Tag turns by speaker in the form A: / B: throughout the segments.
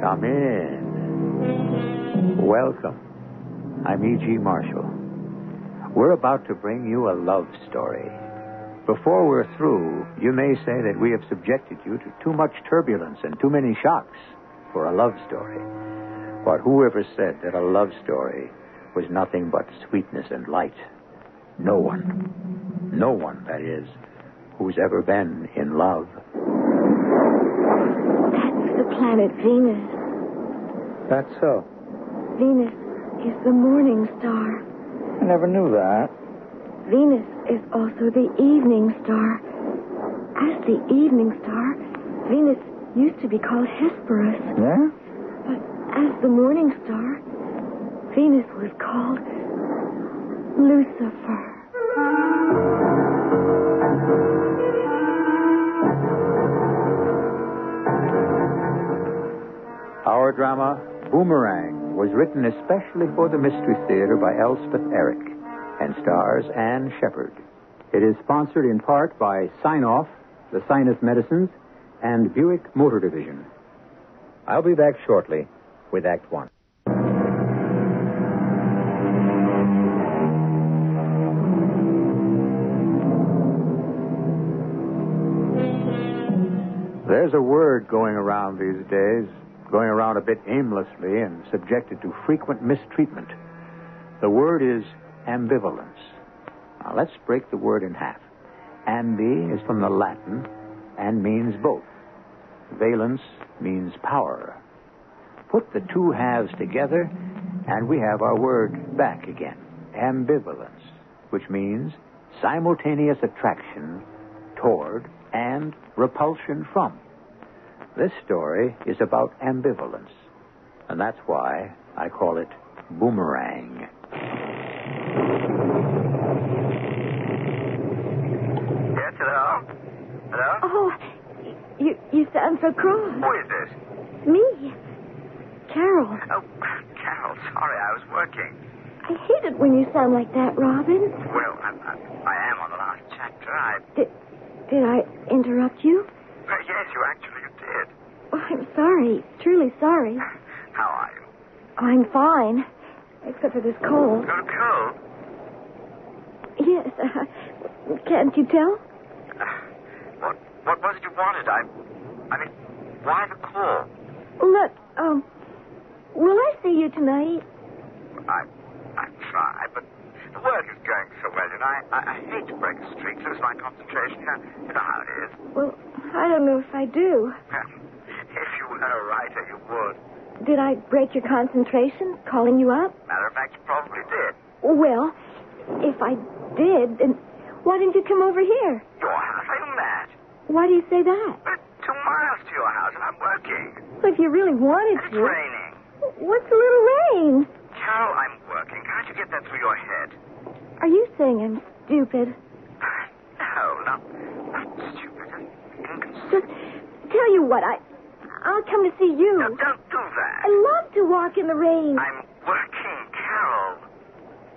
A: Come in. Welcome. I'm E.G. Marshall. We're about to bring you a love story. Before we're through, you may say that we have subjected you to too much turbulence and too many shocks for a love story. But whoever said that a love story was nothing but sweetness and light? No one. No one, that is, who's ever been in love.
B: That's the planet Venus.
A: That's so.
B: Venus is the morning star.
A: I never knew that.
B: Venus is also the evening star. As the evening star, Venus used to be called Hesperus.
A: Yeah?
B: But as the morning star, Venus was called Lucifer.
A: Our drama, Boomerang, was written especially for the Mystery Theater by Elspeth Eric and stars Anne Shepard. It is sponsored in part by Signoff, the Sinus Medicines, and Buick Motor Division. I'll be back shortly with Act One. There's a word going around these days, going around a bit aimlessly and subjected to frequent mistreatment. The word is ambivalence. Now, let's break the word in half. Ambi is from the Latin and means both. Valence means power. Put the two halves together, and we have our word back again ambivalence, which means simultaneous attraction
C: toward and repulsion from. This story is about ambivalence, and that's why I call it Boomerang.
D: Yes, hello? Hello?
B: Oh, y- you, you sound so cross.
D: Who is this?
B: Me, Carol.
D: Oh, Carol, sorry, I was working.
B: I hate it when you sound like that, Robin.
D: Well, I, I, I am on the last chapter. I.
B: Did, did I interrupt you?
D: Well, yes, you actually did.
B: Oh, I'm sorry, truly sorry.
D: How are you?
B: I'm fine, except for this cold.
D: Got a cold?
B: Yes, uh, can't you tell?
D: What, what was it you wanted? I. I mean, why the call?
B: Look, um, will I see you tonight?
D: I. I try, but the work is going so well, and I, I, I hate to break a streak, lose my concentration. You know, you know how it is.
B: Well, I don't know if I do.
D: if you were a writer, you would.
B: Did I break your concentration calling you up?
D: Matter of fact, you probably did.
B: Well, if I did, then why didn't you come over here?
D: Your house? Are you mad?
B: Why do you say that?
D: We're two miles to your house, and I'm working.
B: If you really wanted
D: It's
B: to.
D: raining.
B: What's a little rain?
D: Carol, I'm working. How'd you get that through your head?
B: Are you saying I'm stupid?
D: No, not, not stupid. Inconsistent.
B: Just tell you what, I I'll come to see you.
D: No, don't do that.
B: I love to walk in the rain.
D: I'm working, Carol.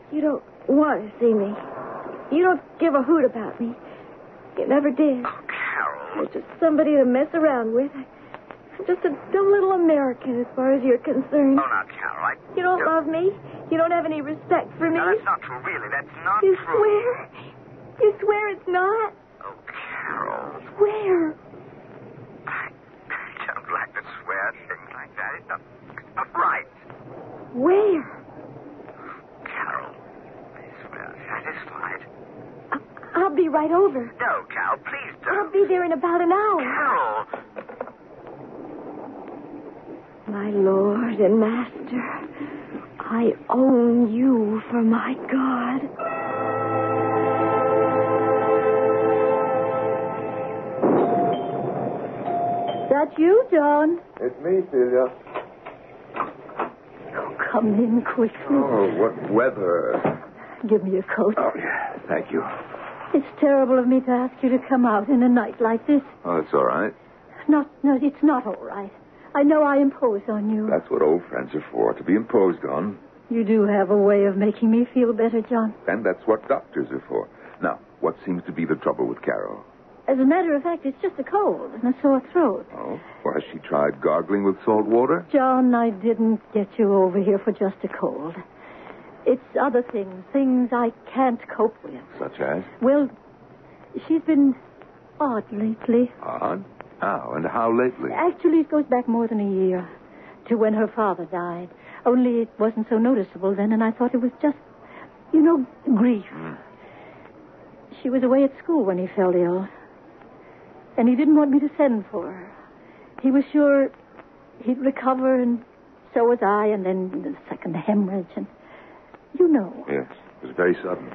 B: You don't want to see me. You don't give a hoot about me. You never did.
D: Oh, Carol.
B: You're just somebody to mess around with. I'm just a dumb little American as far as you're concerned.
D: Oh, now, Carol, I...
B: You don't love me. You don't have any respect for me.
D: No, that's not true, really. That's not
B: you
D: true.
B: swear? You swear it's not?
D: Oh, Carol.
B: Swear.
D: I, I don't like to swear things like that. It's not, it's not right.
B: Where?
D: Carol, please, we're satisfied.
B: I- I'll be right over.
D: No, Carol, please
B: I'll
D: don't.
B: be there in about an hour.
D: Carol.
B: My lord and master, I own you for my God. That you, John?
E: It's me, Celia.
B: Oh, come in quickly.
E: Oh, what weather.
B: Give me a coat.
E: Oh, yeah. Thank you.
B: It's terrible of me to ask you to come out in a night like this.
E: Oh, that's all right.
B: Not, no, it's not all right. I know I impose on you.
E: That's what old friends are for, to be imposed on.
B: You do have a way of making me feel better, John.
E: And that's what doctors are for. Now, what seems to be the trouble with Carol?
B: As a matter of fact, it's just a cold and a sore throat.
E: Oh? Well, has she tried gargling with salt water?
B: John, I didn't get you over here for just a cold. It's other things, things I can't cope with.
E: Such as?
B: Well, she's been odd lately.
E: Odd. How and how lately?
B: Actually, it goes back more than a year to when her father died. Only it wasn't so noticeable then, and I thought it was just, you know, grief. She was away at school when he fell ill, and he didn't want me to send for her. He was sure he'd recover, and so was I, and then the second hemorrhage, and you know.
E: Yes. It was very sudden.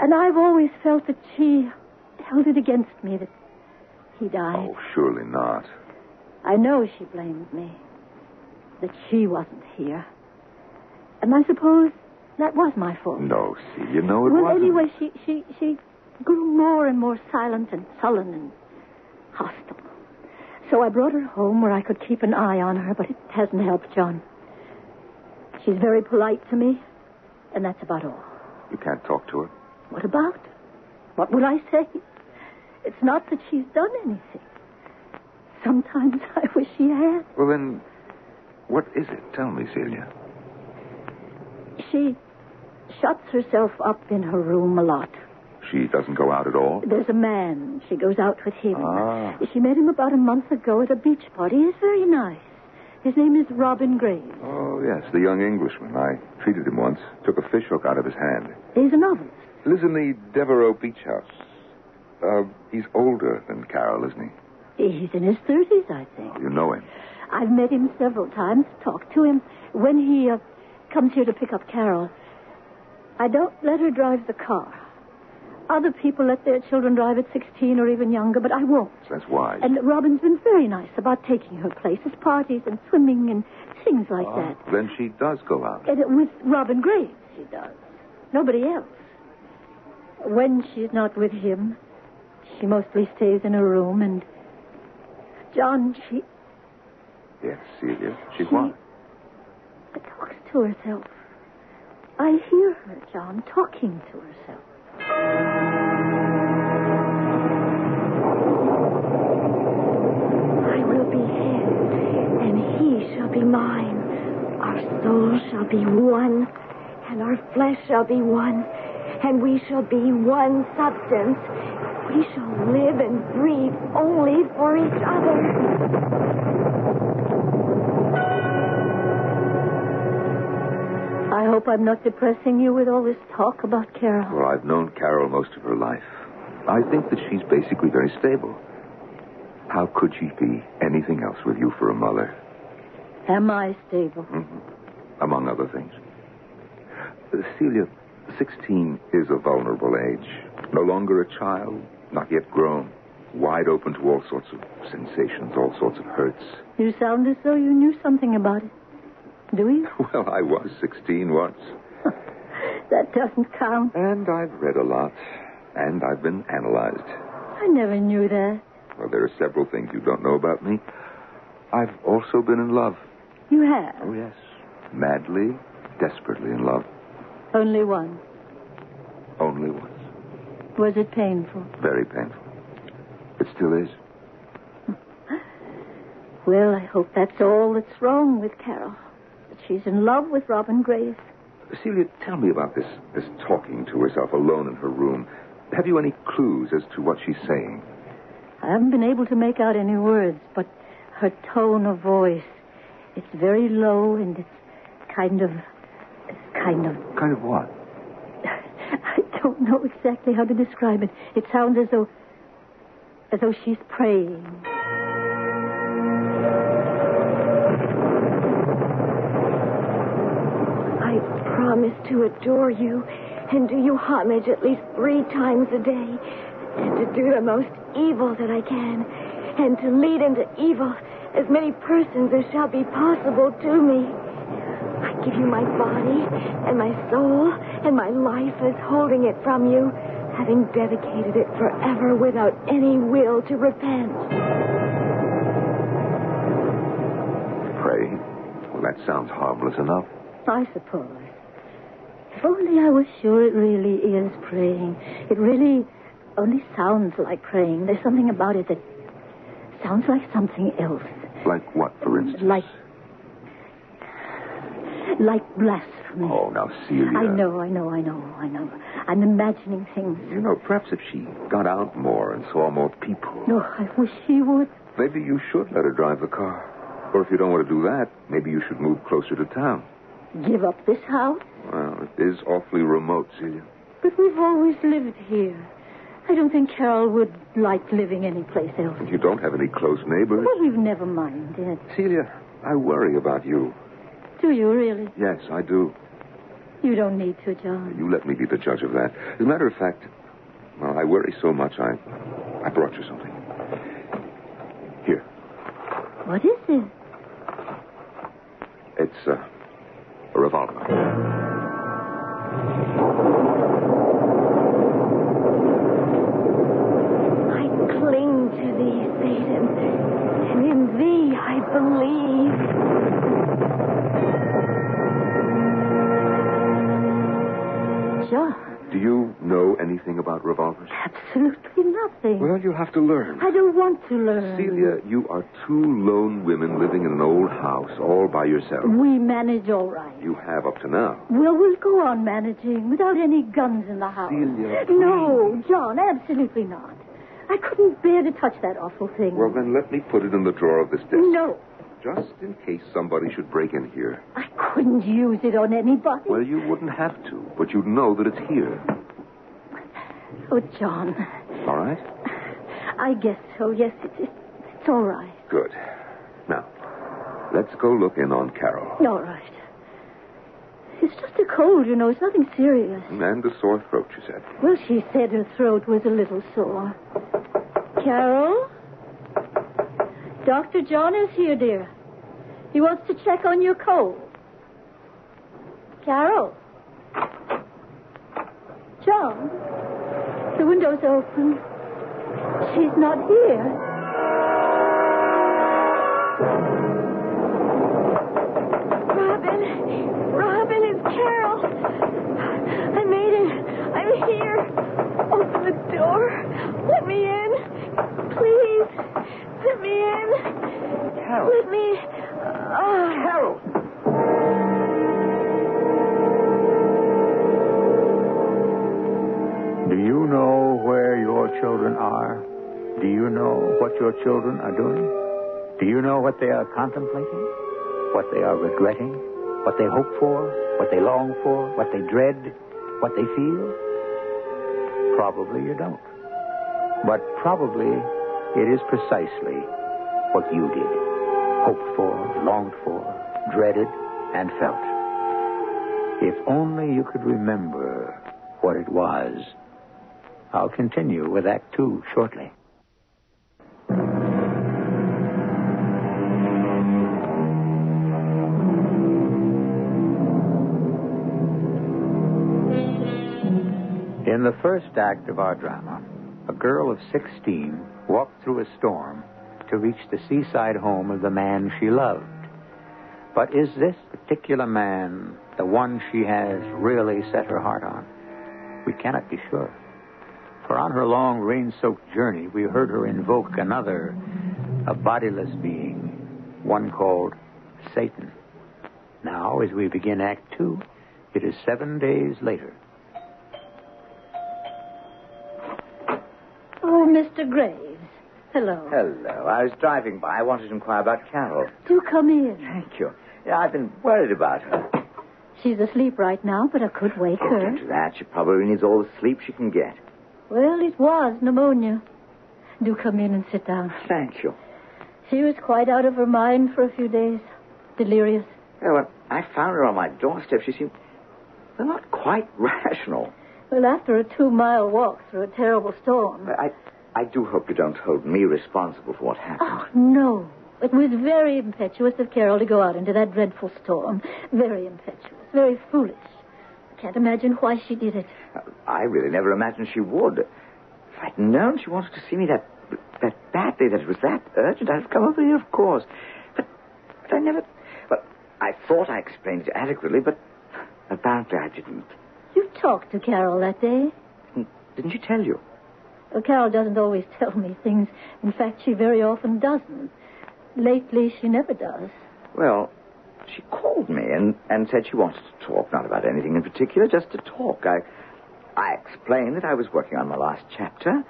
B: And I've always felt that she held it against me that he died.
E: Oh, surely not.
B: I know she blamed me. That she wasn't here. And I suppose that was my fault.
E: No, Celia, no, it
B: well,
E: wasn't.
B: anyway, she, she, she grew more and more silent and sullen and hostile. So I brought her home where I could keep an eye on her, but it hasn't helped, John. She's very polite to me, and that's about all.
E: You can't talk to her.
B: What about? What would I say? It's not that she's done anything. Sometimes I wish she had.
E: Well, then, what is it? Tell me, Celia.
B: She shuts herself up in her room a lot.
E: She doesn't go out at all?
B: There's a man. She goes out with him.
E: Ah.
B: She met him about a month ago at a beach party. He's very nice. His name is Robin Graves.
E: Oh, yes, the young Englishman. I treated him once, took a fish hook out of his hand.
B: He's a novelist.
E: Lives in the Devereaux Beach House. Uh, he's older than Carol, isn't he?
B: He's in his 30s, I think.
E: You know him.
B: I've met him several times, talked to him. When he uh, comes here to pick up Carol, I don't let her drive the car. Other people let their children drive at 16 or even younger, but I won't.
E: So that's wise.
B: And Robin's been very nice about taking her places, parties and swimming and things like
E: Ah.
B: that.
E: Then she does go out.
B: And it with Robin Graves, she does. Nobody else. When she's not with him, she mostly stays in her room and. John, she,
E: Yes, Celia. She what?
B: she talks to herself. I hear her, John, talking to herself. I will be his, and he shall be mine. Our souls shall be one, and our flesh shall be one, and we shall be one substance. We shall live and breathe only for each other. I hope I'm not depressing you with all this talk about Carol.
E: Well, I've known Carol most of her life. I think that she's basically very stable. How could she be anything else with you for a mother,
B: Am I stable?
E: among other things? Uh, Celia, 16 is a vulnerable age. No longer a child, not yet grown. Wide open to all sorts of sensations, all sorts of hurts.
B: You sound as though you knew something about it. Do you?
E: Well, I was 16 once.
B: That doesn't count.
E: And I've read a lot, and I've been analyzed.
B: I never knew that.
E: Well, there are several things you don't know about me. I've also been in love.
B: You have.
E: Oh, yes. Madly, desperately in love.
B: Only one.
E: Only once.
B: Was it painful?
E: Very painful. It still is.
B: Well, I hope that's all that's wrong with Carol. That she's in love with Robin Graves.
E: Celia, tell me about this, this talking to herself alone in her room. Have you any clues as to what she's saying?
B: I haven't been able to make out any words, but her tone of voice. It's very low and it's kind of. kind of.
E: Kind of what?
B: I don't know exactly how to describe it. It sounds as though as though she's praying. I promise to adore you and do you homage at least three times a day, and to do the most evil that I can, and to lead into evil as many persons as shall be possible to me. I give you my body and my soul and my life as holding it from you, having dedicated it forever without any will to repent.
E: Pray. Well, that sounds harmless enough.
B: I suppose. If only I was sure it really is praying. It really only sounds like praying. There's something about it that sounds like something else.
E: Like what, for instance?
B: Like. Like blasphemy.
E: Oh, now, Celia.
B: I know, I know, I know, I know. I'm imagining things.
E: You know, perhaps if she got out more and saw more people.
B: No, Oh, I wish he would.
E: Maybe you should let her drive the car. Or if you don't want to do that, maybe you should move closer to town.
B: Give up this house?
E: Well, it is awfully remote, Celia.
B: But we've always lived here. I don't think Carol would like living anyplace else.
E: You don't have any close neighbors.
B: Well, we've never minded.
E: Celia, I worry about you.
B: Do you really?
E: Yes, I do.
B: You don't need to, John.
E: You let me be the judge of that. As a matter of fact, well, I worry so much I I brought you something. Here.
B: What is it?
E: It's uh, a revolver.
B: I cling to thee, Satan, and in thee I believe. John,
E: Do you know anything about revolvers?
B: absolutely nothing.
E: Well, you'll have to learn.
B: I don't want to learn.
E: Celia, you are two lone women living in an old house all by yourself.
B: We manage all right.
E: You have up to now.
B: Well, we'll go on managing without any guns in the house.
E: Celia,
B: no, John, absolutely not. I couldn't bear to touch that awful thing.
E: Well, then let me put it in the drawer of this desk.
B: no,
E: Just in case somebody should break in here.
B: I couldn't use it on anybody.
E: Well, you wouldn't have to, but you'd know that it's here.
B: Oh, John,
E: All right?
B: I guess so. Yes, it, it, it's all right.
E: Good. Now, let's go look in on Carol.
B: All right. It's just a cold, you know. It's nothing serious.
E: And a sore throat, she said.
B: Well, she said her throat was a little sore. Carol? Dr. John is here, dear. He wants to check on your cold. Carol? John? The window's open. She's not here. Robin! Robin, it's Carol! I made it. I'm here. Open the door. Let me in. Please. Let me in. Carol. Let me. Oh. Carol!
C: Do you know where your children are? Do you know what your children are doing? Do you know what they are contemplating? What they are regretting? What they hope for? What they long for? What they dread? What they feel? Probably you don't. But probably it is precisely what you did hoped for, longed for, dreaded, and felt. If only you could remember what it was. I'll continue with Act Two shortly. In the first act of our drama, a girl of 16 walked through a storm to reach the seaside home of the man she loved. But is this particular man the one she has really set her heart on? We cannot be sure. For on her long rain soaked journey, we heard her invoke another, a bodiless being, one called Satan. Now, as we begin Act Two, it is seven days later.
B: Oh, Mr. Graves. Hello.
A: Uh, Hello. I was driving by. I wanted to inquire about Carol.
B: Do come in.
A: Thank you. Yeah, I've been worried about her.
B: She's asleep right now, but I could wake
A: Oh,
B: her.
A: don't do that. She probably needs all the sleep she can get.
B: Well, it was pneumonia. Do come in and sit down.
A: Thank you.
B: She was quite out of her mind for a few days. Delirious.
A: Yeah, well, I found her on my doorstep. She seemed. They're not quite rational.
B: Well, after a two mile walk through a terrible storm.
A: I, I do hope you don't hold me responsible for what happened.
B: Oh, no. It was very impetuous of Carol to go out into that dreadful storm. Very impetuous. Very foolish. I can't imagine why she did it.
A: I really never imagined she would. If I'd known she wanted to see me that that badly, that it was that urgent, I'd have come over here, of course. But, but I never. Well, I thought I explained it adequately, but apparently I didn't.
B: You talked to Carol that day.
A: Didn't she tell you?
B: Well, Carol doesn't always tell me things. In fact, she very often doesn't. Lately, she never does.
A: Well, she called me and, and said she wanted to talk, not about anything in particular, just to talk. I, I explained that I was working on my last chapter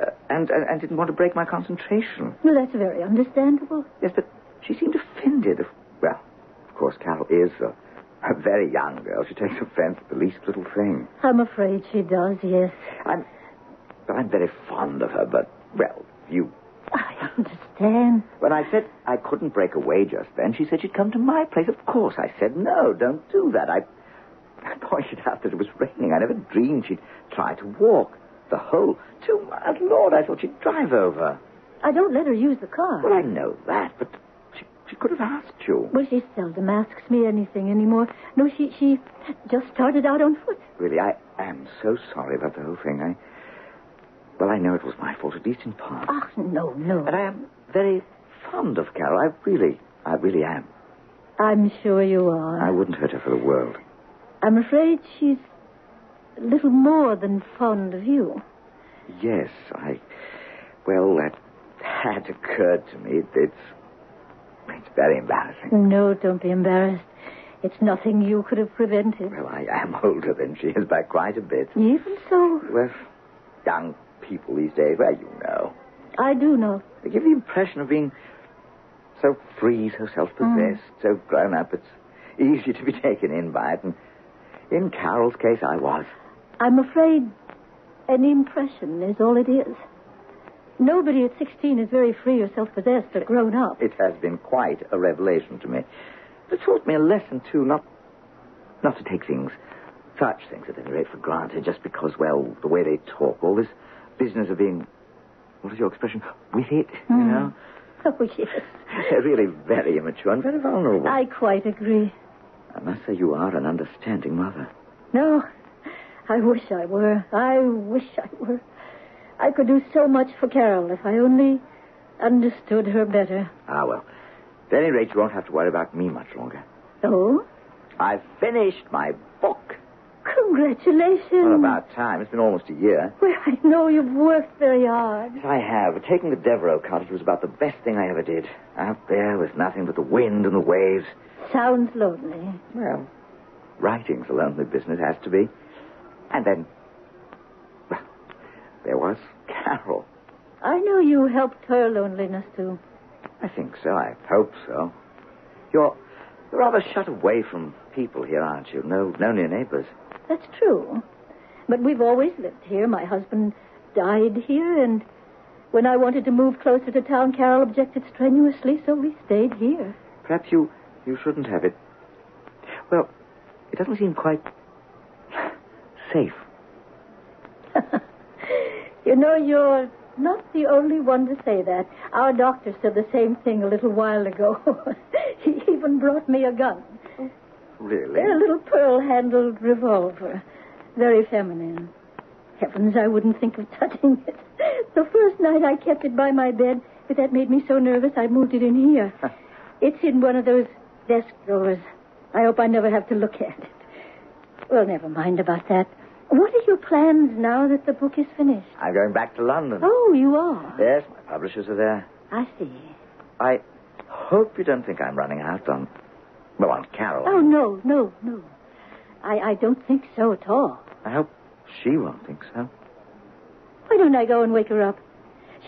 A: uh, and, and, and didn't want to break my concentration.
B: Well, that's very understandable.
A: Yes, but she seemed offended. Well, of course, Carol is a, a very young girl. She takes offense at the least little thing.
B: I'm afraid she does, yes.
A: I'm, I'm very fond of her, but, well, you.
B: I understand.
A: When I said I couldn't break away just then, she said she'd come to my place. Of course, I said, no, don't do that. I, I pointed out that it was raining. I never dreamed she'd try to walk the whole two miles. Lord, I thought she'd drive over.
B: I don't let her use the car.
A: Well, I know that, but she, she could have asked you.
B: Well, she seldom asks me anything anymore. No, she she just started out on foot.
A: Really, I am so sorry about the whole thing. I. Well, I know it was my fault, at least in part.
B: Oh, no, no.
A: But I am very fond of Carol. I really, I really am.
B: I'm sure you
A: I
B: are.
A: wouldn't hurt her for the world.
B: I'm afraid she's a little more than fond of you.
A: Yes, I. Well, that had occurred to me. It, it's. It's very embarrassing.
B: No, don't be embarrassed. It's nothing you could have prevented.
A: Well, I am older than she is by quite a bit.
B: Even so,
A: Well, young people these days, well, you know.
B: I do know.
A: They give the impression of being so free, so self-possessed, so grown up. It's easy to be taken in by it. And in Carol's case, I was.
B: I'm afraid an impression is all it is. Nobody at 16 is very free or self-possessed or grown up.
A: It has been quite a revelation to me. It taught me a lesson too, not not to take things such things at any rate for granted just because, well, the way they talk, all this business of being, what is your expression, with it, you
B: Hmm.
A: know?
B: Oh, yes.
A: They're really very immature and very vulnerable.
B: I quite agree.
A: I must say you are an understanding mother.
B: No, I wish I were. I wish I were. I could do so much for Carol if I only understood her better.
A: Ah, well. At any rate, you won't have to worry about me much longer.
B: Oh,
A: I've finished my book.
B: congratulations.
A: Well, about time. It's been almost a year.
B: Well, I know you've worked very hard.
A: Yes, I have. Taking the Devereux cottage was about the best thing I ever did. Out there with nothing but the wind and the waves.
B: Sounds lonely.
A: Well, writing's a lonely business, has to be. And then, well, there was Carol.
B: I know you helped her loneliness too.
A: I think so. I hope so. You're, you're rather shut away from people here, aren't you? No, no near neighbors.
B: That's true. But we've always lived here. My husband died here, and when I wanted to move closer to town, Carol objected strenuously, so we stayed here.
A: Perhaps you, you shouldn't have it. Well, it doesn't seem quite safe.
B: You know, you're not the only one to say that. Our doctor said the same thing a little while ago. he even brought me a gun.
A: Really?
B: A little pearl handled revolver. Very feminine. Heavens, I wouldn't think of touching it. The first night I kept it by my bed, but that made me so nervous I moved it in here. it's in one of those desk drawers. I hope I never have to look at it. Well, never mind about that. What are your plans now that the book is finished?
A: I'm going back to London.
B: Oh, you are.
A: Yes, my publishers are there.
B: I see.
A: I hope you don't think I'm running out on, well, on Carol.
B: Oh, no, no, no. I, I don't think so at all.
A: I hope she won't think so.
B: Why don't I go and wake her up?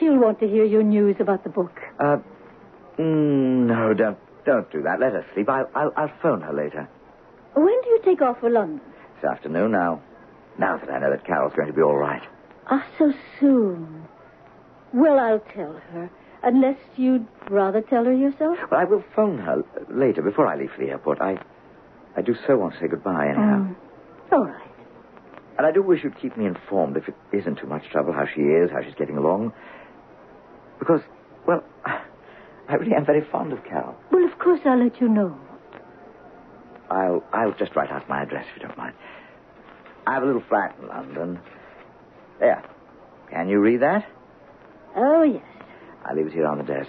B: She'll want to hear your news about the book.
A: Uh, mm, no, don't, don't do that. Let her sleep. I'll, I'll, I'll phone her later.
B: When do you take off for London?
A: This afternoon now. Now that I know that Carol's going to be all right.
B: Ah, so soon. Well, I'll tell her. Unless you'd rather tell her yourself?
A: Well, I will phone her l- later before I leave for the airport. I, I do so want to say goodbye
B: Oh.
A: anyhow.
B: All right.
A: And I do wish you'd keep me informed if it isn't too much trouble how she is, how she's getting along. Because, well, I really am very fond of Carol.
B: Well, of course I'll let you know.
A: I'll, I'll just write out my address if you don't mind. I have a little flat in London. There. Can you read that?
B: Oh, yes.
A: I leave it here on the desk.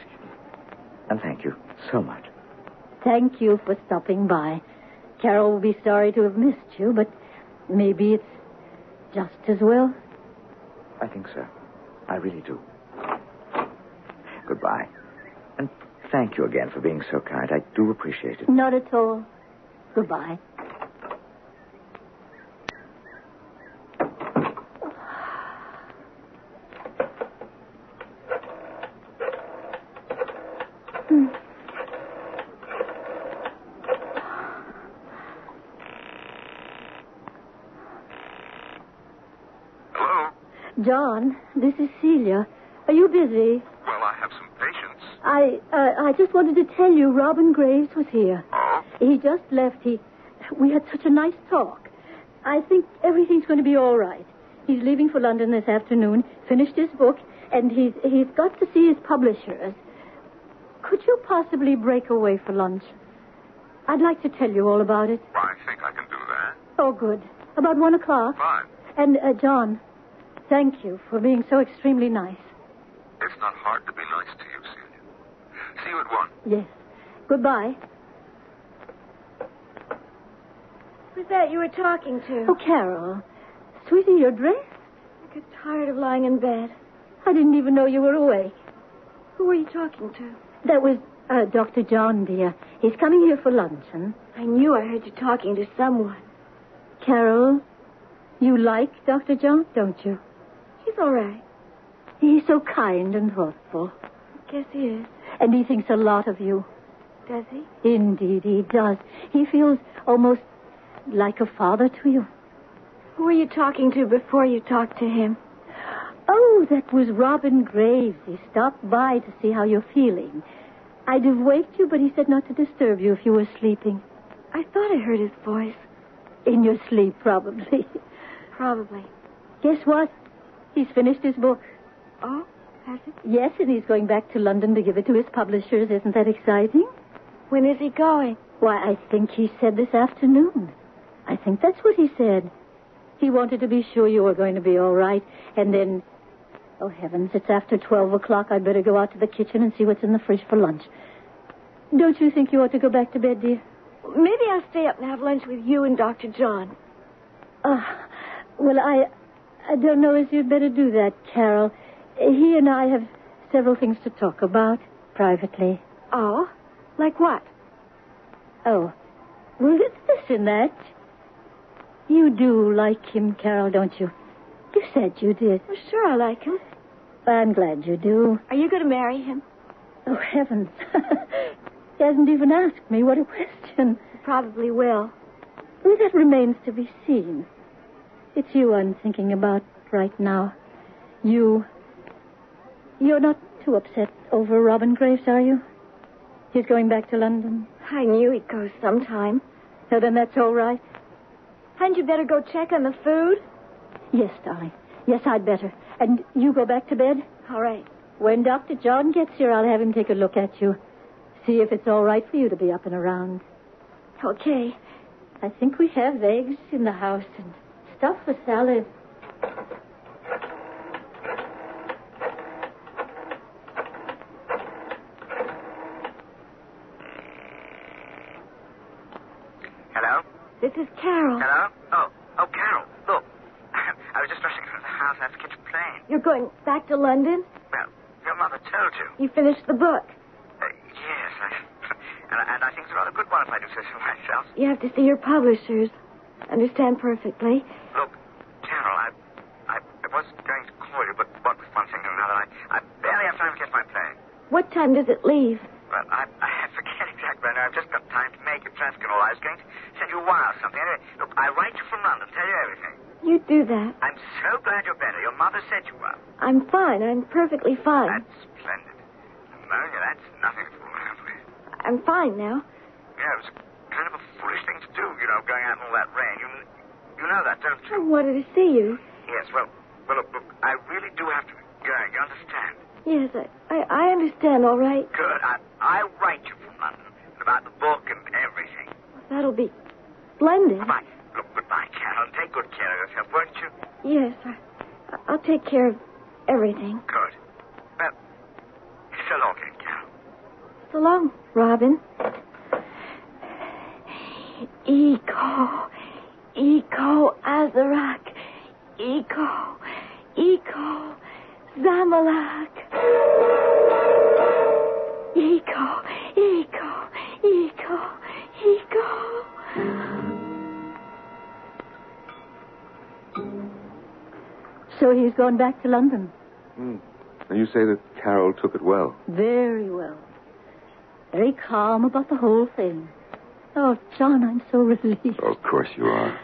A: And thank you so much.
B: Thank you for stopping by. Carol will be sorry to have missed you, but maybe it's just as well.
A: I think so. I really do. Goodbye. And thank you again for being so kind. I do appreciate it.
B: Not at all. Goodbye.
D: Hello?
B: John, this is Celia. Are you busy?
D: Well, I have some patience.
B: I uh, I just wanted to tell you Robin Graves was here.
D: Oh?
B: He just left. He we had such a nice talk. I think everything's going to be all right. He's leaving for London this afternoon, finished his book, and he's he's got to see his publishers. Could you possibly break away for lunch? I'd like to tell you all about it.
D: Well, I think I can do that.
B: Oh, good. About one o'clock.
D: Fine.
B: And uh, John, thank you for being so extremely nice.
D: It's not hard to be nice to you, Celia. See you at one.
B: Yes. Goodbye.
F: Who's that you were talking to?
B: Oh, Carol. Sweetie, your dress?
F: I got tired of lying in bed.
B: I didn't even know you were awake.
F: Who were you talking to?
B: That was uh, Dr. John, dear. He's coming here for luncheon.
F: I knew I heard you talking to someone.
B: Carol, you like Dr. John, don't you?
F: He's all right.
B: He's so kind and thoughtful,
F: Guess he is.
B: and he thinks a lot of you.
F: Does he?
B: Indeed, he does. He feels almost like a father to you.
F: Who were you talking to before you talked to him?
B: Oh, that was Robin Graves. He stopped by to see how you're feeling. I'd have waked you, but he said not to disturb you if you were sleeping.
F: I thought I heard his voice.
B: In your sleep, probably.
G: Probably.
B: Guess what? He's finished his book.
G: Oh, has it?
B: Yes, and he's going back to London to give it to his publishers. Isn't that exciting?
G: When is he going?
B: Why, I think he said this afternoon. I think that's what he said. He wanted to be sure you were going to be all right, and then. Oh, heavens, it's after 12 o'clock. I'd better go out to the kitchen and see what's in the fridge for lunch. Don't you think you ought to go back to bed, dear?
G: Maybe I'll stay up and have lunch with you and Dr. John.
B: Ah, well, I, I don't know as you'd better do that, Carol. He and I have several things to talk about privately.
G: Oh? Like what?
B: Oh, well, it's this and that. You do like him, Carol, don't you? You said you did.
G: Well, sure, I like him.
B: I'm glad you do.
G: Are you going to marry him?
B: Oh, heavens. he hasn't even asked me. What a question.
G: You probably will.
B: Well, that remains to be seen. It's you I'm thinking about right now. You. You're not too upset over Robin Graves, are you? He's going back to London.
G: I knew he'd go sometime.
B: So then that's all right.
G: Hadn't you better go check on the food?
B: Yes, darling. Yes, I'd better. And you go back to bed?
G: All right.
B: When Dr. John gets here, I'll have him take a look at you. See if it's all right for you to be up and around.
G: Okay.
B: I think we have eggs in the house and stuff for salad.
A: Hello?
G: This is Carol.
A: Hello? Oh, oh, Carol, look. I was just rushing through the house. I have to catch a plane.
G: You're going back to London?
A: Well, your mother told you.
G: You finished the book.
A: Uh, yes, I, and, I, and I think it's a rather good one if I do say so myself.
G: You have to see your publishers. Understand perfectly.
A: Look, Carol, I, I, I was going to call you, but what with one thing and another, I, I barely have time to catch my plane.
G: What time does it leave?
A: Well, I, I forget exactly. Now. I've just got time to make a transcript. and all. I was going to send you a wire or something. Anyway, look, I write you from London, tell you everything.
G: You do that.
A: I'm so glad you're better. Your mother said you were.
G: I'm fine. I'm perfectly fine.
A: That's splendid. Pneumonia, that's nothing to around with.
G: I'm fine now.
A: Yeah, it was kind of a foolish thing to do, you know, going out in all that rain. You, you know that, don't you?
G: I wanted to see you.
A: Yes, well, well, look, look, I really do have to go. You understand?
G: Yes, I, I, I understand, all right.
A: Good. I, I'll write you from London about the book and everything.
G: That'll be splendid.
A: Goodbye. Look, goodbye, Carol. Take good care of yourself, won't you?
G: Yes, I, I'll take care of everything.
A: Good. Well, so long, then, Carol.
G: So long, Robin. Eco, Eco Azarak, Eco, Eco Zamalak. Eco, Eco, Eco, Eco.
B: So he's gone back to London.
E: Hmm. And you say that Carol took it well.
B: Very well. Very calm about the whole thing. Oh, John, I'm so relieved.
E: Of course you are.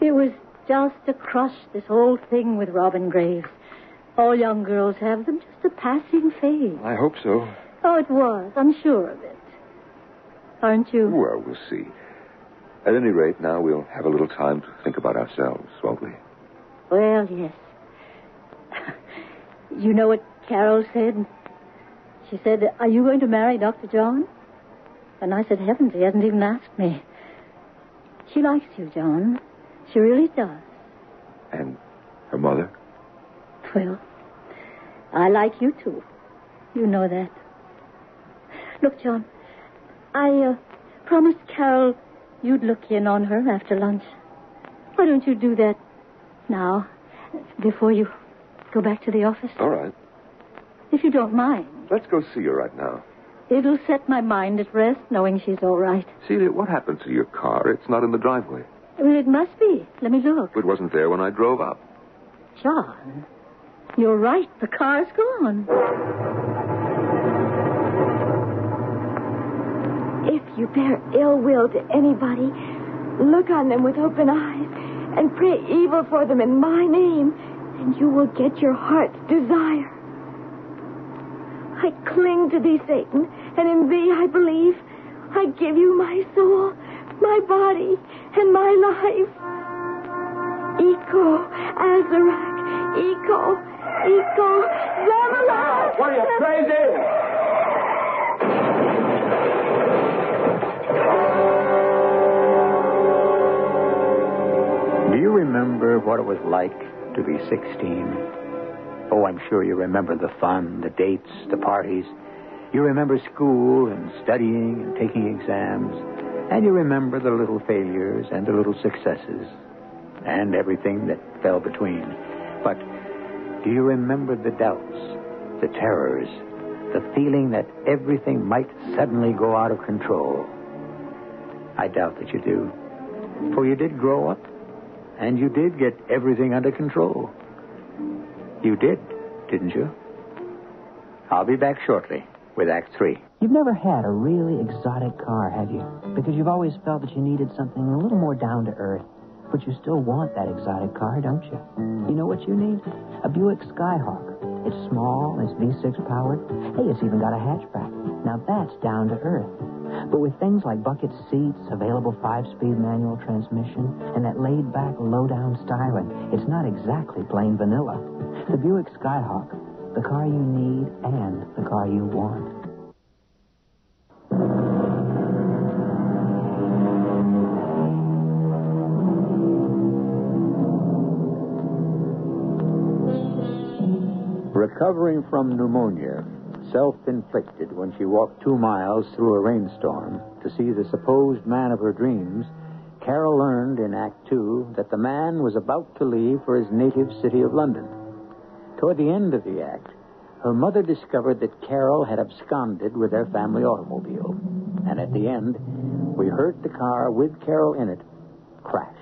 B: It was just a crush, this whole thing with Robin Graves. All young girls have them, just a passing phase.
E: I hope so.
B: Oh, it was. I'm sure of it. Aren't you?
E: Well, we'll see. At any rate, now we'll have a little time to think about ourselves, won't we?
B: Well, yes. you know what Carol said? She said, Are you going to marry Dr. John? And I said, Heavens, he hasn't even asked me. She likes you, John. She really does.
E: And her mother?
B: Well, I like you too. You know that. Look, John, I uh, promised Carol you'd look in on her after lunch. Why don't you do that now, before you go back to the office?
E: All right.
B: If you don't mind.
E: Let's go see her right now.
B: It'll set my mind at rest knowing she's all right.
E: Celia, what happened to your car? It's not in the driveway.
B: Well, it must be. Let me look.
E: It wasn't there when I drove up.
B: John, you're right. The car's gone.
G: If you bear ill will to anybody, look on them with open eyes and pray evil for them in my name, and you will get your heart's desire. I cling to thee, Satan, and in thee I believe. I give you my soul, my body,
B: in my life. Eco, Azarak, Eco, Eco, Zamalak!
H: What are you, crazy?
E: Do you remember what it was like to be 16? Oh, I'm sure you remember the fun, the dates, the parties. You remember school and studying and taking exams. And you remember the little failures and the little successes and everything that fell between. But do you remember the doubts, the terrors, the feeling that everything might suddenly go out of control? I doubt that you do. For you did grow up, and you did get everything under control. You did, didn't you? I'll be back shortly with Act Three.
I: You've never had a really exotic car, have you? Because you've always felt that you needed something a little more down to earth. But you still want that exotic car, don't you? You know what you need? A Buick Skyhawk. It's small, it's V6 powered. Hey, it's even got a hatchback. Now that's down to earth. But with things like bucket seats, available five speed manual transmission, and that laid back, low down styling, it's not exactly plain vanilla. The Buick Skyhawk, the car you need and the car you want.
E: Recovering from pneumonia, self inflicted when she walked two miles through a rainstorm to see the supposed man of her dreams, Carol learned in Act Two that the man was about to leave for his native city of London. Toward the end of the act, her mother discovered that Carol had absconded with their family automobile. And at the end, we heard the car with Carol in it crash.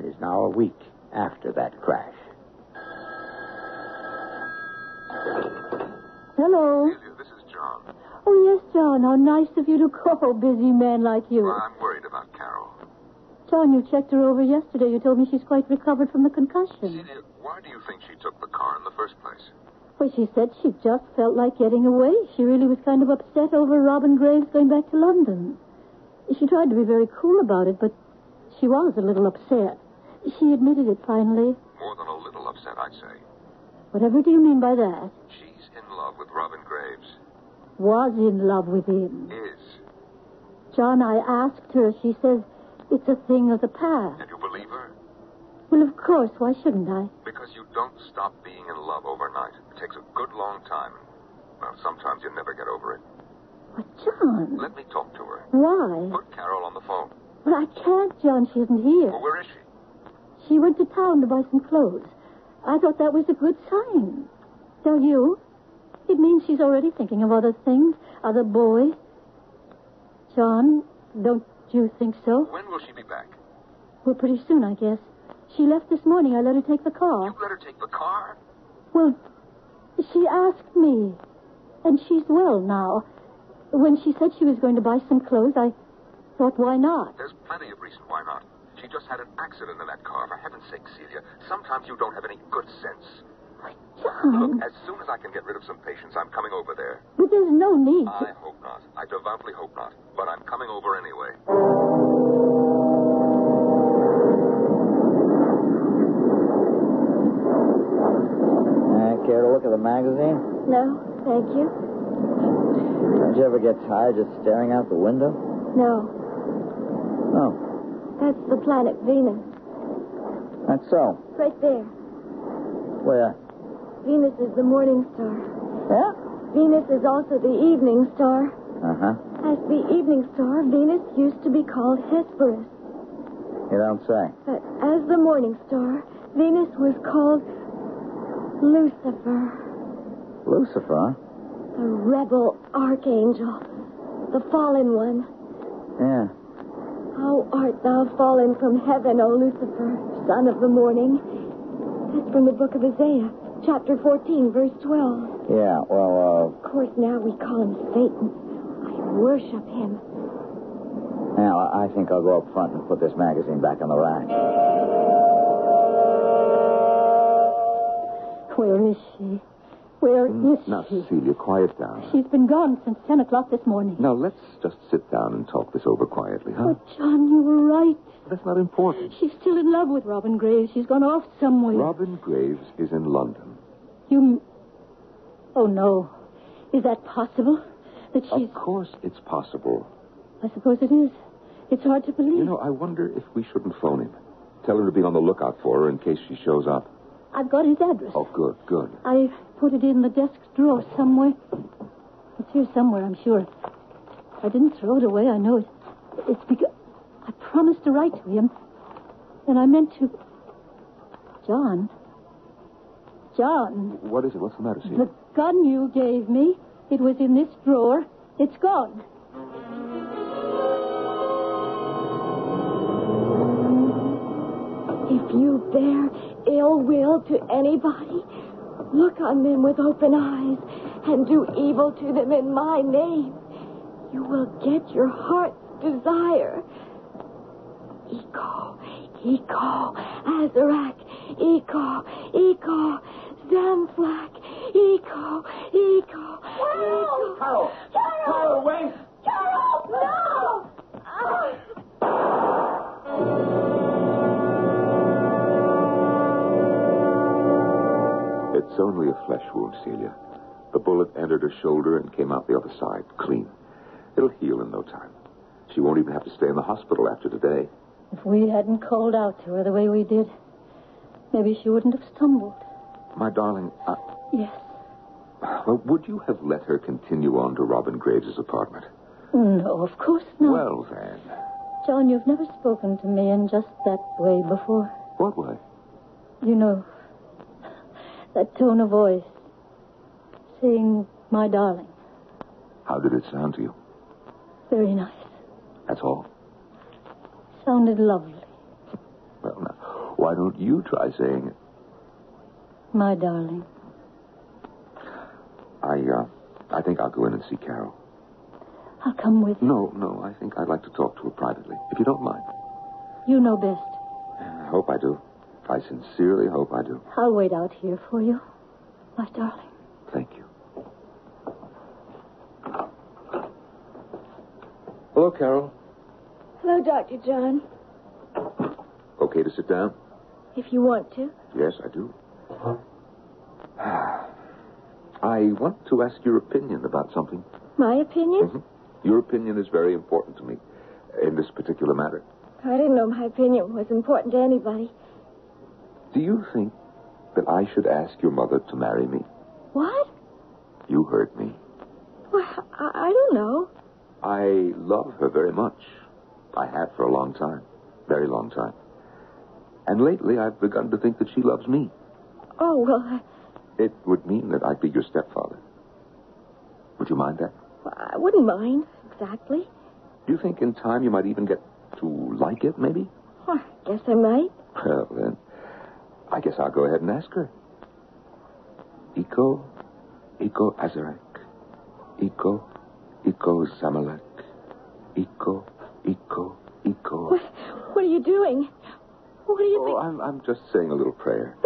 E: It is now a week after that crash.
B: Hello.
A: This is John.
B: Oh, yes, John. How nice of you to call, busy man like you.
A: Well, I'm worried about Carol.
B: John, you checked her over yesterday. You told me she's quite recovered from the concussion.
A: Celia, why do you think she took the car in the first place?
B: Well, she said she just felt like getting away. She really was kind of upset over Robin Graves going back to London. She tried to be very cool about it, but she was a little upset. She admitted it finally.
A: More than a little upset, I'd say.
B: Whatever do you mean by that?
A: She's in love with Robin Graves.
B: Was in love with him.
A: Is.
B: John, I asked her. She says it's a thing of the past.
A: And you believe her?
B: Well, of course. Why shouldn't I?
A: Because you don't stop being in love overnight. It takes a good long time. Well, sometimes you never get over it.
B: But, John,
A: Let me talk to her.
B: why?
A: Put Carol on the phone.
B: Well, I can't, John. She isn't here.
A: Well, where is she?
B: She went to town to buy some clothes. I thought that was a good sign. Don't you? It means she's already thinking of other things, other boys. John, don't you think so?
A: When will she be back?
B: Well, pretty soon, I guess. She left this morning. I let her take the car.
A: Let her take the car.
B: Well, she asked me, and she's well now. When she said she was going to buy some clothes, I thought, why not?
A: There's plenty of reason why not. She just had an accident in that car. For heaven's sake, Celia, sometimes you don't have any good sense. Look, as soon as I can get rid of some patients, I'm coming over there.
B: But there's no need. to-
A: I hope not. I devoutly hope not. But I'm coming over anyway.
H: Uh, care to look at the magazine?
B: No, thank you.
H: Don't you ever get tired just staring out the window?
B: No,
H: No,
B: that's the planet Venus.
H: that's so.
B: Right there.
H: Where?
B: Venus is the morning star.
H: Yeah?
B: Venus is also the evening star.
H: Uh huh.
B: As the evening star, Venus used to be called Hesperus.
H: You don't say.
B: But as the morning star, Venus was called Lucifer,
H: Lucifer?
B: the rebel archangel, the fallen one.
H: Yeah.
B: How art thou fallen from heaven, O Lucifer, son of the morning? That's from the book of Isaiah, chapter 14, verse 12.
H: Yeah, well, uh,
B: Of course, now we call him Satan. I worship him.
H: uh, now I I think I'll go up front and put this magazine back on the rack.
B: Where is she?
E: Where
H: Mm,
E: is
A: Now, Celia, quiet down.
E: She's been gone since 10 o'clock this morning.
A: Now, let's just sit down and talk this over quietly, huh?
E: But, John, you were right.
A: That's not important.
E: She's still in love with Robin Graves. She's gone off somewhere.
A: Robin Graves is in London.
E: You. m- Oh, no. Is that possible? That she's.
A: Of course it's possible.
E: I suppose it is. It's hard to believe.
A: You know, I wonder if we shouldn't phone him. Tell him to be on the lookout for her in case she shows up.
E: I've got his address.
A: Oh, good, good.
E: I put it in the desk drawer somewhere. It's here somewhere, I'm sure. I didn't throw it away, I know it. It's because I promised to write to him. And I meant to. John. John,
A: What is it? What's the matter, Celia?
E: the gun you gave me, it was in this drawer. It's gone.
B: If you bear ill will to anybody, look on them with open eyes and do evil to them in my name. You will get your heart's desire. Eco, Eco, Azarac, Eco, Eco, Zamflac, Eco, Eco, Eco. Carol! Carol! wait! Carol! No! Ah!
A: It's only a flesh wound, Celia. The bullet entered her shoulder and came out the other side, clean. It'll heal in no time. She won't even have to stay in the hospital after today.
E: If we hadn't called out to her the way we did, maybe she wouldn't have stumbled.
A: My darling, I,
E: Yes.
A: well, would you have let her continue on to Robin Graves' apartment?
E: No, of course not.
A: Well, then.
E: John, you've never spoken to me in just that way before.
A: What way?
E: You know, that tone of voice, saying, my darling,
A: How did it sound to you?
E: very nice.
A: That's all.
E: Sounded lovely,
A: Well, now, why don't you try saying it?
E: my darling.
A: I, uh, I think I'll go in and see Carol.
E: I'll come with you.
A: No, no, I think I'd like to talk to her privately, if you don't mind.
E: You know best.
A: I hope I do. I sincerely hope I do.
E: I'll wait out here for you, my darling.
A: Thank you. Hello, Carol.
B: Hello, Dr. John,
A: Okay to sit down?
B: if you want to.
A: Yes, I do. I want to ask your opinion about something.
B: My opinion?
A: Your opinion is very important to me in this particular matter.
B: I didn't know my opinion was important to anybody.
A: Do you think that I should ask your mother to marry me?
B: What?
A: You heard me.
B: Well, I, I don't know.
A: I love her very much. I have for a long time. Very long time. And lately I've begun to think that she loves me.
B: Oh, well, I,
A: It would mean that I'd be your stepfather. Would you mind that?
B: I wouldn't mind, exactly.
A: Do you think in time you might even get to like it, maybe?
B: Well, I guess I might.
A: Well, then, I guess I'll go ahead and ask her. Iko, Iko Azarek, Iko, Iko Zamalek, Iko, Iko, Iko.
B: What are you doing? What are you
A: Oh, I'm, I'm just saying a little prayer.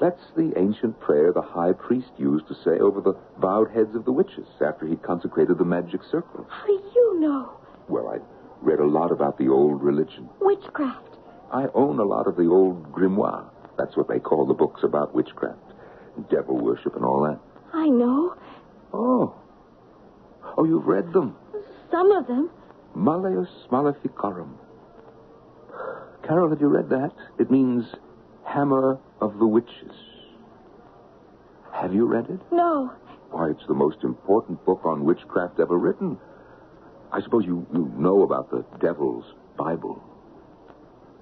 A: That's the ancient prayer the high priest used to say over the bowed heads of the witches after he consecrated the magic circle.
B: How do you know?
A: Well, I read a lot about the old religion.
B: Witchcraft.
A: I own a lot of the old grimoire. That's what they call the books about witchcraft, devil worship, and all that.
B: I know.
A: Oh. Oh, you've read them.
B: Some of them.
A: Maleus Maleficarum. Carol, have you read that? It means Hammer of the Witches. Have you read it?
B: No.
A: Why, it's the most important book on witchcraft ever written. I suppose you, you know about the Devil's Bible.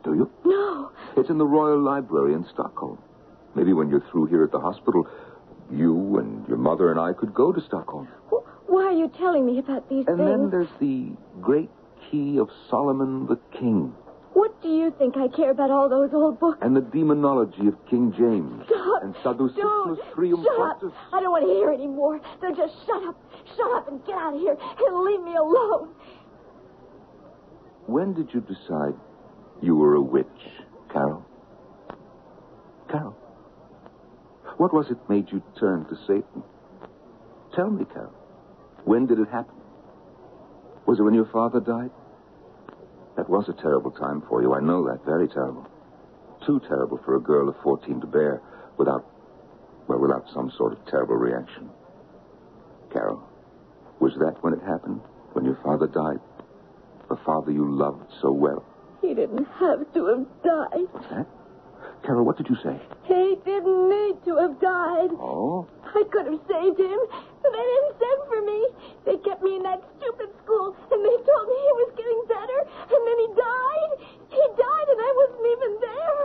A: Do you?
B: No.
A: It's in the Royal Library in Stockholm. Maybe when you're through here at the hospital, you and your mother and I could go to Stockholm.
B: Why are you telling me about these
A: And then
B: things?
A: there's the Great Key of Solomon the King
B: What do you think I care about all those old books?
A: and the Demonology of King James
B: Stop.
A: and Saducismus
B: Shut up.
A: Triumphatus.
B: I don't want to hear any more. So just shut up. Shut up and get out of here and leave me alone.
A: When did you decide you were a witch, Carol? Carol? What was it made you turn to Satan? Tell me, Carol. When did it happen? Was it when your father died? That was a terrible time for you. I know that. Very terrible. Too terrible for a girl of 14 to bear without, well, without some sort of terrible reaction. Carol, was that when it happened? When your father died? The father you loved so well?
B: He didn't have to have died.
A: That? Carol, what did you say?
B: He didn't need to have died.
A: Oh?
B: I could have saved him, but they didn't send for me. They kept me in that stupid school, and they told me he was getting better, and then he died. He died, and I wasn't even there.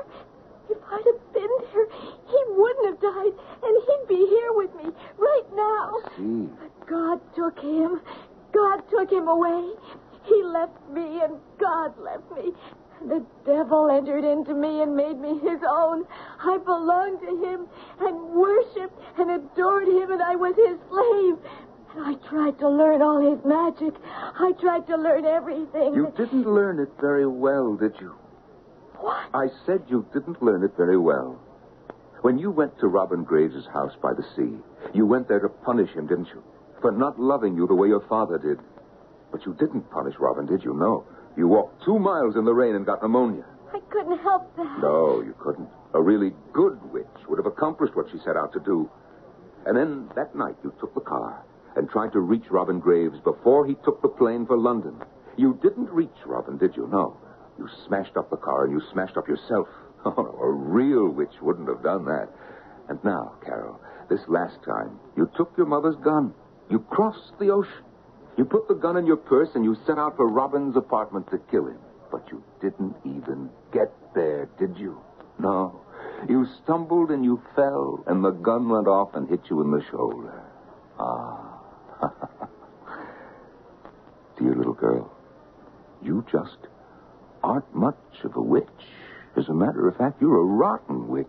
B: If I'd have been there, he wouldn't have died, and he'd be here with me right now.
A: See.
B: God took him. God took him away. He left me, and God left me. The devil entered into me and made me his own. I belonged to him and worshipped and adored him, and I was his slave. And I tried to learn all his magic. I tried to learn everything.
A: You didn't learn it very well, did you?
B: What?
A: I said you didn't learn it very well. When you went to Robin Graves' house by the sea, you went there to punish him, didn't you? For not loving you the way your father did. But you didn't punish Robin, did you? No. You walked two miles in the rain and got pneumonia.
B: I couldn't help that.
A: No, you couldn't. A really good witch would have accomplished what she set out to do. And then that night you took the car and tried to reach Robin Graves before he took the plane for London. You didn't reach Robin, did you? No. You smashed up the car and you smashed up yourself. Oh, a real witch wouldn't have done that. And now, Carol, this last time, you took your mother's gun. You crossed the ocean. You put the gun in your purse and you set out for Robin's apartment to kill him. But you didn't even get there, did you? No. You stumbled and you fell, and the gun went off and hit you in the shoulder. Ah. Dear little girl, you just aren't much of a witch. As a matter of fact, you're a rotten witch.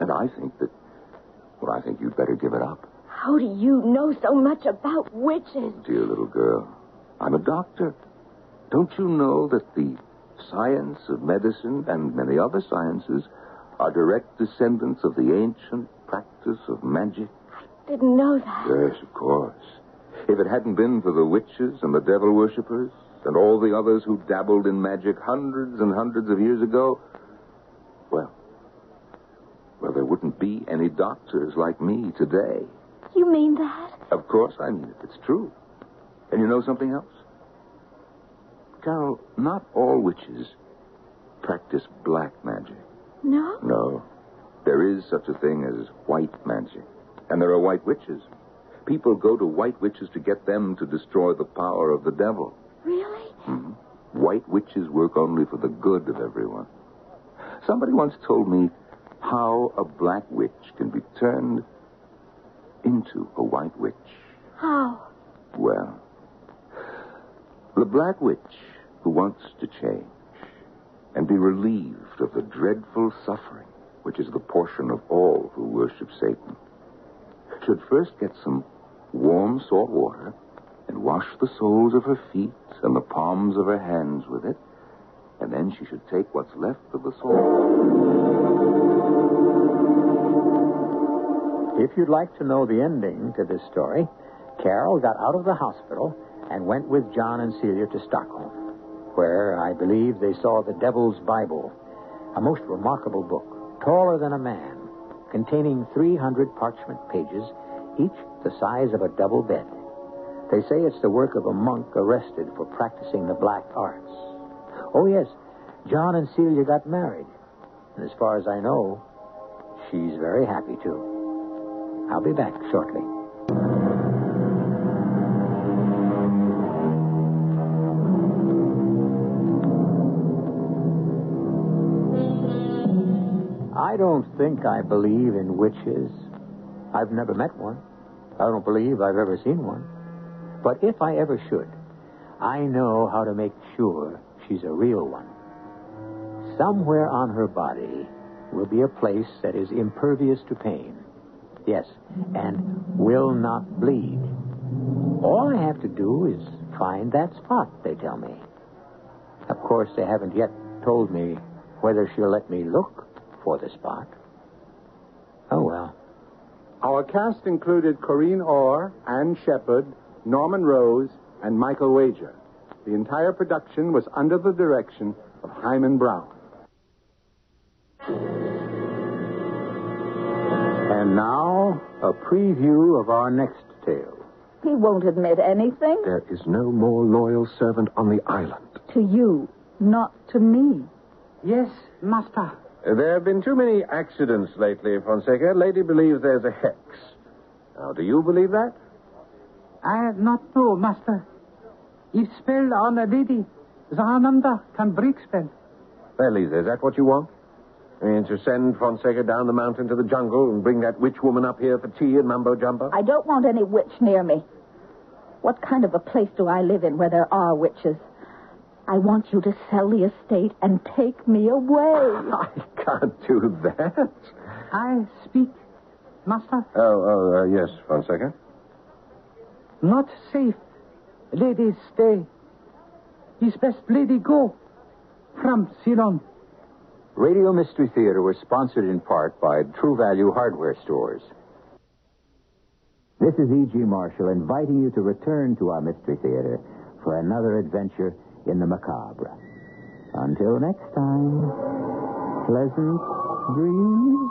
A: And I think that, well, I think you'd better give it up.
B: How do you know so much about witches?
A: Dear little girl, I'm a doctor. Don't you know that the science of medicine and many other sciences are direct descendants of the ancient practice of magic?
B: Didn't know that.
A: Yes, of course. If it hadn't been for the witches and the devil worshippers and all the others who dabbled in magic hundreds and hundreds of years ago, well, well, there wouldn't be any doctors like me today.
B: You mean that?
A: Of course I mean it. It's true. And you know something else? Carol, not all witches practice black magic.
B: No?
A: No. There is such a thing as white magic. And there are white witches. People go to white witches to get them to destroy the power of the devil.
B: Really?
A: Mhm. White witches work only for the good of everyone. Somebody once told me how a black witch can be turned into a white witch.
B: How?
A: Well, the black witch who wants to change and be relieved of the dreadful suffering which is the portion of all who worship Satan should first get some warm salt water and wash the soles of her feet and the palms of her hands with it, and then she should take what's left of the salt
E: If you'd like to know the ending to this story, Carol got out of the hospital and went with John and Celia to Stockholm, where I believe they saw the Devil's Bible, a most remarkable book, taller than a man, containing 300 parchment pages, each the size of a double bed. They say it's the work of a monk arrested for practicing the black arts. Oh, yes, John and Celia got married. And as far as I know, she's very happy, too. I'll be back shortly. I don't think I believe in witches. I've never met one. I don't believe I've ever seen one. But if I ever should, I know how to make sure she's a real one. Somewhere on her body will be a place that is impervious to pain. Yes, and will not bleed. All I have to do is find that spot, they tell me. Of course, they haven't yet told me whether she'll let me look for the spot.
J: Oh, well.
E: Our cast included Corinne Orr, Ann Shepard, Norman Rose, and Michael Wager. The entire production was under the direction of Hyman Brown.
J: And now, a preview of our next tale.
K: He won't admit anything
L: There is no more loyal servant on the island.
K: to you, not to me.
M: Yes, master.
A: There have been too many accidents lately, Fonseca. Lady believes there's a hex. Now, do you believe that?
M: I not know, master. If spell on a lady, the Ananda can break spell.
A: Well, Lisa, is that what you want? I mean, to send Fonseca down the mountain to the jungle and bring that witch woman up here for tea and mumbo jumbo?
K: I don't want any witch near me. What kind of a place do I live in where there are witches? I want you to sell the estate and take me away.
A: Can't do that.
M: I speak, master.
A: Oh, oh, uh, yes, Fonseca.
M: Not safe. Lady stay. His best lady go. From Ceylon.
J: Radio Mystery Theater was sponsored in part by True Value Hardware Stores. This is E.G. Marshall inviting you to return to our Mystery Theater for another adventure in the macabre. Until next time, pleasant dreams.